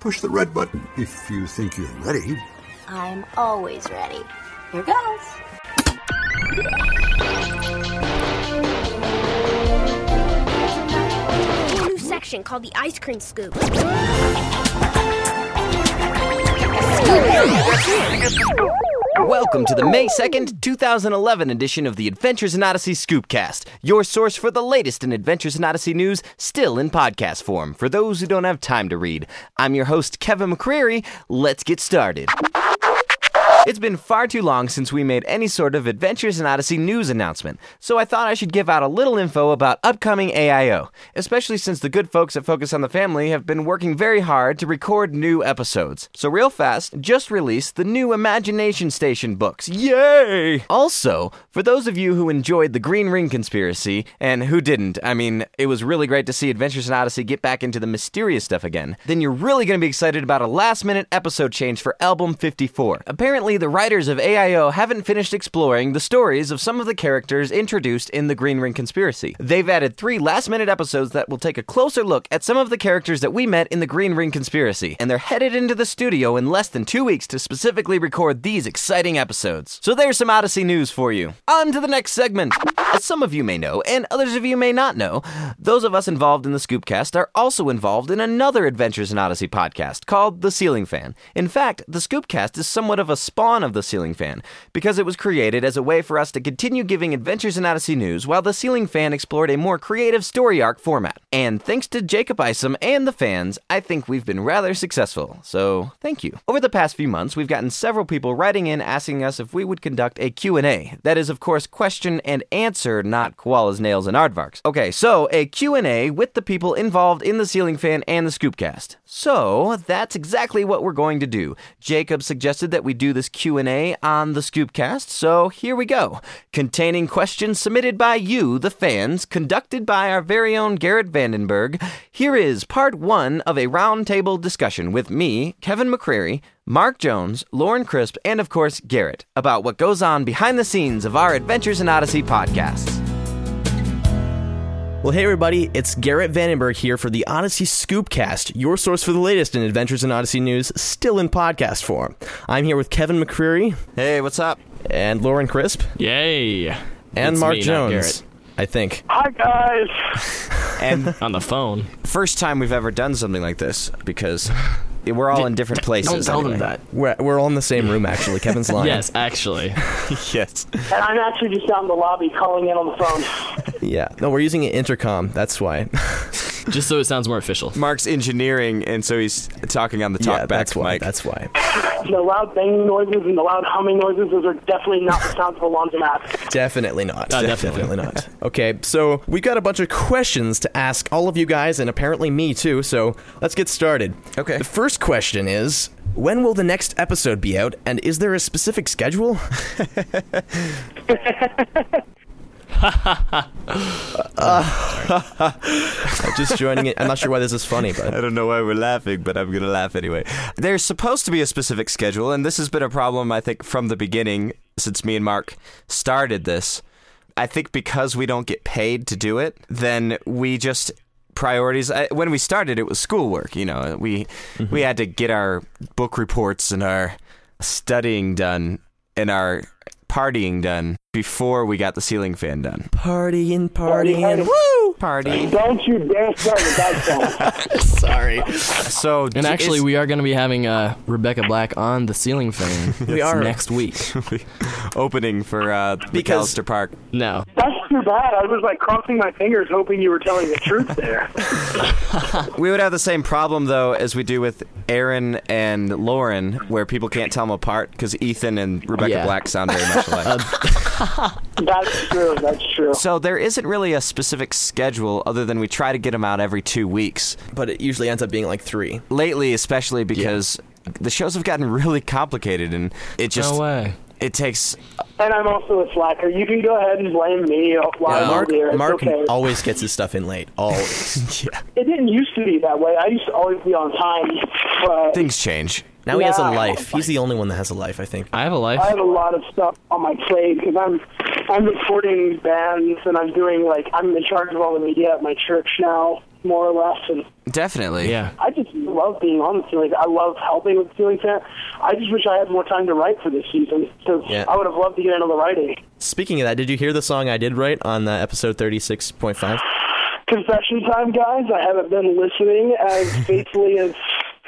Push the red button if you think you're ready. I'm always ready. Here goes. A new section called the ice cream scoop. Welcome to the May 2nd, 2011 edition of the Adventures in Odyssey Scoopcast, your source for the latest in Adventures in Odyssey news, still in podcast form, for those who don't have time to read. I'm your host, Kevin McCreary. Let's get started. It's been far too long since we made any sort of Adventures in Odyssey news announcement, so I thought I should give out a little info about upcoming AIO, especially since the good folks at Focus on the Family have been working very hard to record new episodes. So, real fast, just released the new Imagination Station books. Yay! Also, for those of you who enjoyed the Green Ring Conspiracy, and who didn't, I mean, it was really great to see Adventures in Odyssey get back into the mysterious stuff again, then you're really going to be excited about a last minute episode change for album 54. Apparently, the writers of AIO haven't finished exploring the stories of some of the characters introduced in the Green Ring Conspiracy. They've added three last minute episodes that will take a closer look at some of the characters that we met in the Green Ring Conspiracy, and they're headed into the studio in less than two weeks to specifically record these exciting episodes. So there's some Odyssey news for you. On to the next segment. As some of you may know, and others of you may not know, those of us involved in the Scoopcast are also involved in another Adventures in Odyssey podcast called The Ceiling Fan. In fact, the Scoopcast is somewhat of a spawn of the ceiling fan because it was created as a way for us to continue giving Adventures in Odyssey news while the ceiling fan explored a more creative story arc format. And thanks to Jacob Isom and the fans, I think we've been rather successful, so thank you. Over the past few months, we've gotten several people writing in asking us if we would conduct a Q&A. That is, of course, question and answer, not koalas, nails, and aardvarks. Okay, so a Q&A with the people involved in the ceiling fan and the scoopcast. So that's exactly what we're going to do. Jacob suggested that we do this Q&A on the Scoopcast. So here we go. Containing questions submitted by you, the fans, conducted by our very own Garrett Vandenberg. Here is part 1 of a roundtable discussion with me, Kevin McCreary, Mark Jones, Lauren Crisp, and of course Garrett about what goes on behind the scenes of our Adventures in Odyssey podcasts. Well, hey everybody, it's Garrett Vandenberg here for the Odyssey Scoopcast, your source for the latest in Adventures in Odyssey news, still in podcast form. I'm here with Kevin McCreary Hey, what's up? and Lauren Crisp Yay! and It's Mark me, not Jones. Garrett. I think. Hi guys. And on the phone. first time we've ever done something like this because we're all in different places. anyway. We're, we're all in the same room, actually. Kevin's lying. Yes, actually. Yes. And I'm actually just out in the lobby calling in on the phone. Yeah. No, we're using an intercom. That's why. Just so it sounds more official. Mark's engineering, and so he's talking on the talkback yeah, that's why. mic. That's why. The loud banging noises and the loud humming noises, those are definitely not the sounds of a laundromat. Definitely not. Uh, definitely. not. Okay, so we got a bunch of questions to ask all of you guys, and apparently me too. So let's get started. Okay. The first question is: When will the next episode be out, and is there a specific schedule? Uh, I'm just joining it. I'm not sure why this is funny, but I don't know why we're laughing, but I'm going to laugh anyway. There's supposed to be a specific schedule, and this has been a problem, I think, from the beginning since me and Mark started this. I think because we don't get paid to do it, then we just priorities I, when we started it was schoolwork you know we Mm-hmm. we had to get our book reports and our studying done and our partying done before we got the ceiling fan done partying, partying. woo party Don't you dare start with that song. Sorry, so And actually, it's- we are going to be having uh, Rebecca Black on the ceiling fan. we are next week. opening for uh Because- McAllister Park No, That's too bad. I was like crossing my fingers hoping you were telling the truth there. We would have the same problem though as we do with Aaron and Lauren, where people can't tell them apart because Ethan and Rebecca Yeah. Um, Black sound very much alike. That's true. That's true. so there isn't really a specific schedule other than we try to get them out every two weeks. but it usually ends up being like three. Lately, especially because the shows have gotten really complicated and it just no way. it takes. And I'm also a slacker. You can go ahead and blame me. While Mark, I'm here. Oh, It's Mark okay. always gets his stuff in late. Always. it didn't used to be that way. I used to always be on time, but Things change. Now he has a Yeah. life. He's the only one that has a life, I think. I have a life. I have a lot of stuff on my plate because I'm I'm recording bands and I'm doing like I'm in charge of all the media at my church now. more or less. And Definitely. Yeah. I just love being on the ceiling. I love helping with the ceiling fan. I just wish I had more time to write for this season because Yeah. I would have loved to get into the writing. Speaking of that, did you hear the song I did write on uh, episode 36.5? Confession time, guys. I haven't been listening as faithfully as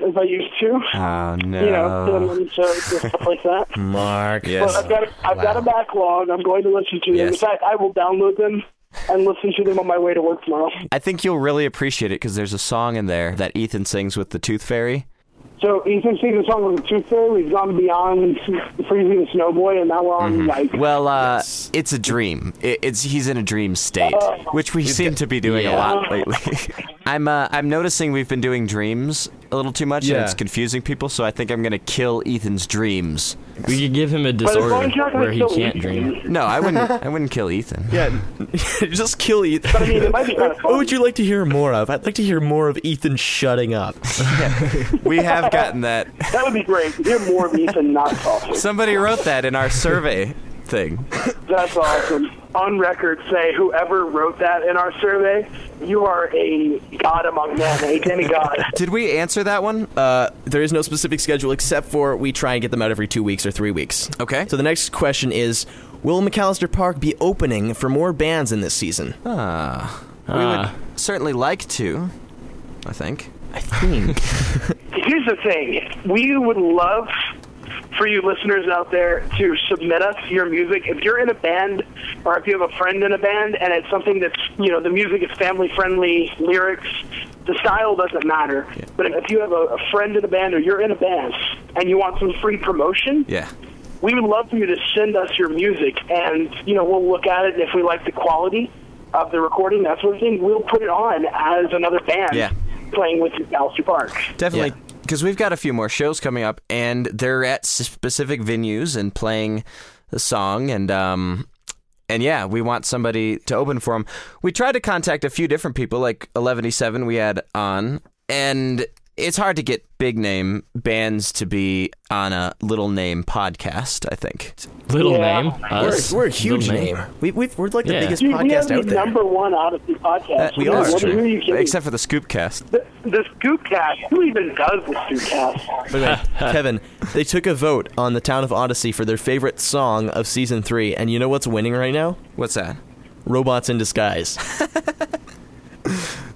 as I used to. Oh no. You know, doing them shows and stuff like that. Mark. But I've got a, I've got a backlog. I'm going to listen to them. In Yes. fact, I will download them and listen to them on my way to work tomorrow. I think you'll really appreciate it because there's a song in there that Ethan sings with the Tooth Fairy. So Ethan sings a song with the Tooth Fairy. We've gone beyond freezing the snow boy, and now we're on like Well, uh, it's a dream. It, it's he's in a dream state, which we seem to be doing a yeah. lot lately. I'm uh, I'm noticing we've been doing dreams a little too much, and Yeah. it's confusing people. So I think I'm gonna kill Ethan's dreams. We could give him a But as disorder long as you're not gonna where he kill can't Ethan, dream. No, I wouldn't. I wouldn't kill Ethan. Yeah, just kill Ethan. I mean, it might be kind of fun. What would you like to hear more of? I'd like to hear more of Ethan shutting up. We have gotten that. That would be great. Hear more of Ethan not talking. Somebody wrote that in our survey thing. That's awesome. On record, say whoever wrote that in our survey, you are a god among men, a demigod. Did we answer that one? Uh, there is no specific schedule except for we try and get them out every two weeks or three weeks. Okay. So the next question is Will McAllister Park be opening for more bands in this season? we would Uh, certainly like to. I think. I think. Here's the thing: we would love for you listeners out there to submit us your music. If you're in a band, or if you have a friend in a band, and it's something that's you know the music is family friendly, lyrics, the style doesn't matter. But if you have a, a friend in a band, or you're in a band, and you want some free promotion, Yeah. we would love for you to send us your music and you know we'll look at it and if we like the quality of the recording that sort of thing we'll put it on as another band Yeah. playing with Alistair Park Definitely. Because we've got a few more shows coming up, and they're at s- specific venues and playing the song, and um, and yeah, we want somebody to open for them. We tried to contact a few different people, like Eleven Seven we had on, and it's hard to get big name bands to be on a little name podcast. I think. little Yeah. name. we're, us, we're a huge little name. We, we've, we're like Yeah. the biggest Dude, we have podcast the out there. number one Odyssey podcast we Who- are. what- who you kidding? Uh, Except for the Scoopcast. the, the Scoopcast who even does the Scoopcast By the way, Kevin, they took a vote on the town of Odyssey for their favorite song of season three, and you know what's winning right now? What's that? Robots in Disguise.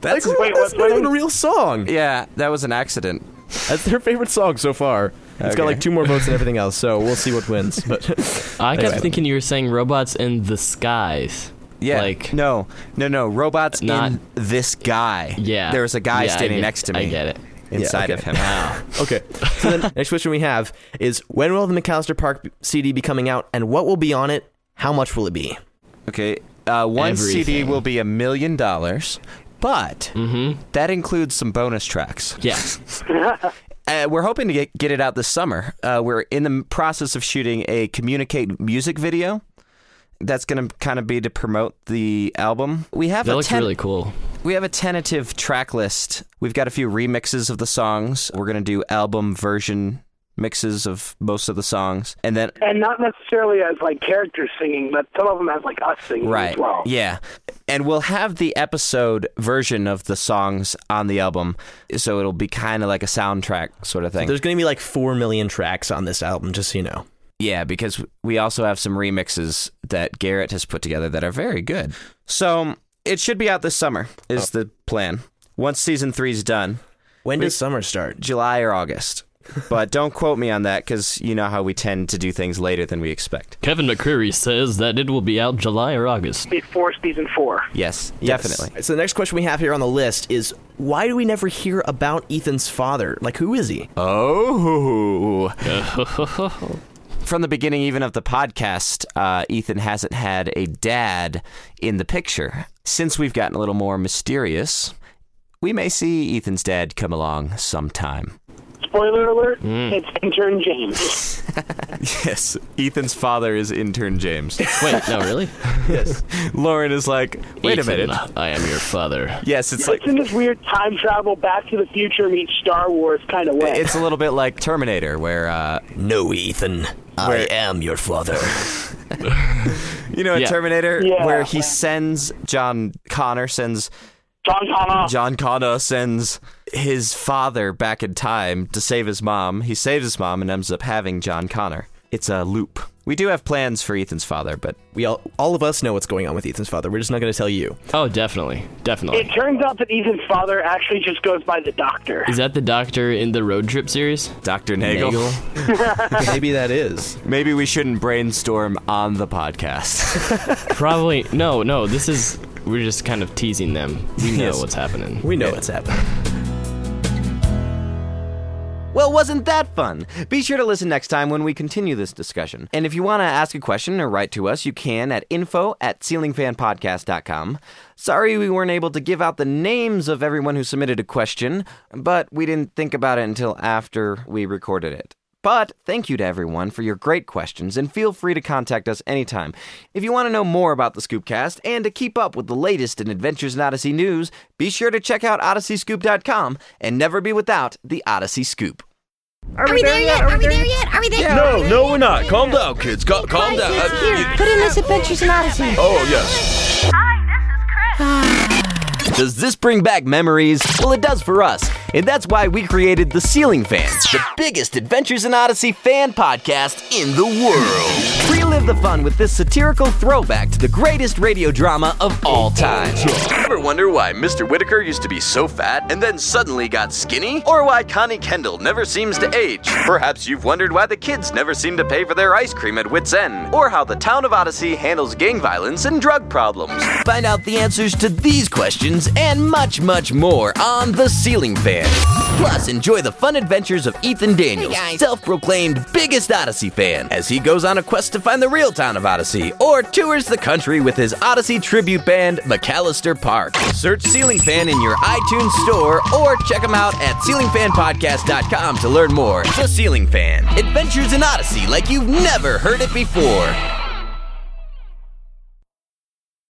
That's wait That's what's not even a winning real song. yeah. That was an accident. That's their favorite song so far. It's got Okay. like two more votes than everything else, so we'll see what wins. But I kept Anyway. thinking you were saying robots in the skies. Yeah. Like no, no, no. Robots Not- in this guy. yeah. There was a guy Yeah, I standing get- next to me. I get it. Inside okay. of him. okay. So then next question we have is when will the McAllister Park CD be coming out, and what will be on it? How much will it be? okay. Uh, one CD Everything. will be a million dollars, but that includes some bonus tracks. Mm-hmm. Yeah. Uh, we're hoping to get, get it out this summer. Uh, we're in the process of shooting a communicate music video. That's going to kind of be to promote the album. We have That a looks ten- really cool. We have a tentative track list. We've got a few remixes of the songs. We're going to do album version mixes of most of the songs. And then and not necessarily as like characters singing but some of them as like us singing right. as well Yeah. And we'll have the episode version of the songs on the album. So it'll be kind of like a soundtrack sort of thing. There's going to be like four million tracks on this album, just so you know. Yeah, because we also have some remixes that Garrett has put together that are very good. So it should be out this summer, is the plan. Once season three's done, When does summer start? July or August. But don't quote me on that because you know how we tend to do things later than we expect. Kevin McCreary says that it will be out July or August. before season four Yes, definitely. So the next question we have here on the list is why do we never hear about Ethan's father? Like who is he? Oh. From the beginning, even of the podcast, uh, Ethan hasn't had a dad in the picture. Since we've gotten a little more mysterious, we may see Ethan's dad come along sometime. spoiler alert it's intern James Yes, Ethan's father is intern James. Wait, no, really? Lauren is like, wait Ethan, I am your father. Yes, it's like it's in this weird time travel Back to the Future meets Star Wars kind of way. it's a little bit like Terminator, where uh, No, Ethan. I am your father. You know, in Yeah. Terminator, Yeah. where he sends John Connor sends John Connor. John Connor sends his father back in time to save his mom. He saves his mom and ends up having John Connor. It's a loop. We do have plans for Ethan's father, but We all, all of us know what's going on with Ethan's father. We're just not going to tell you. Oh, definitely, definitely. It turns out that Ethan's father actually just goes by the doctor. Is that the doctor in the road trip series? Dr. Nagel. Nagel? Maybe that is. Maybe we shouldn't brainstorm on the podcast. Probably. No, no. This is. We're just kind of teasing them. We know Yes. what's happening. We know what's happening. well, wasn't that fun? Be sure to listen next time when we continue this discussion. And if you want to ask a question or write to us, you can at info at ceilingfanpodcast.com. Sorry we weren't able to give out the names of everyone who submitted a question, but we didn't think about it until after we recorded it. But thank you to everyone for your great questions, and feel free to contact us anytime. If you want to know more about the Scoopcast and to keep up with the latest in Adventures in Odyssey news, be sure to check out odysseyscoop.com and never be without the Odyssey Scoop. Are, we, there, yet? Are we there yet? Are we there? No, no, we're not. Calm down, kids. Cal- calm down. I- you- Put in this Adventures in Odyssey. oh, yes. Does this bring back memories? Well, it does for us, and that's why we created The Ceiling Fans, the biggest Adventures in Odyssey fan podcast in the world. Relive the fun with this satirical throwback to the greatest radio drama of all time. Ever wonder why Mr. Whitaker used to be so fat and then suddenly got skinny? Or why Connie Kendall never seems to age? Perhaps you've wondered why the kids never seem to pay for their ice cream at Wits End, or how the town of Odyssey handles gang violence and drug problems. Find out the answers to these questions and much, much more on The Ceiling Fan. Plus, enjoy the fun adventures of Ethan Daniels, self proclaimed biggest Odyssey fan, as he goes on a quest to find the real town of Odyssey or tours the country with his Odyssey tribute band, McAllister Park. Search Ceiling Fan in your iTunes store or check him out at ceilingfanpodcast.com to learn more. The Ceiling Fan Adventures in Odyssey like you've never heard it before.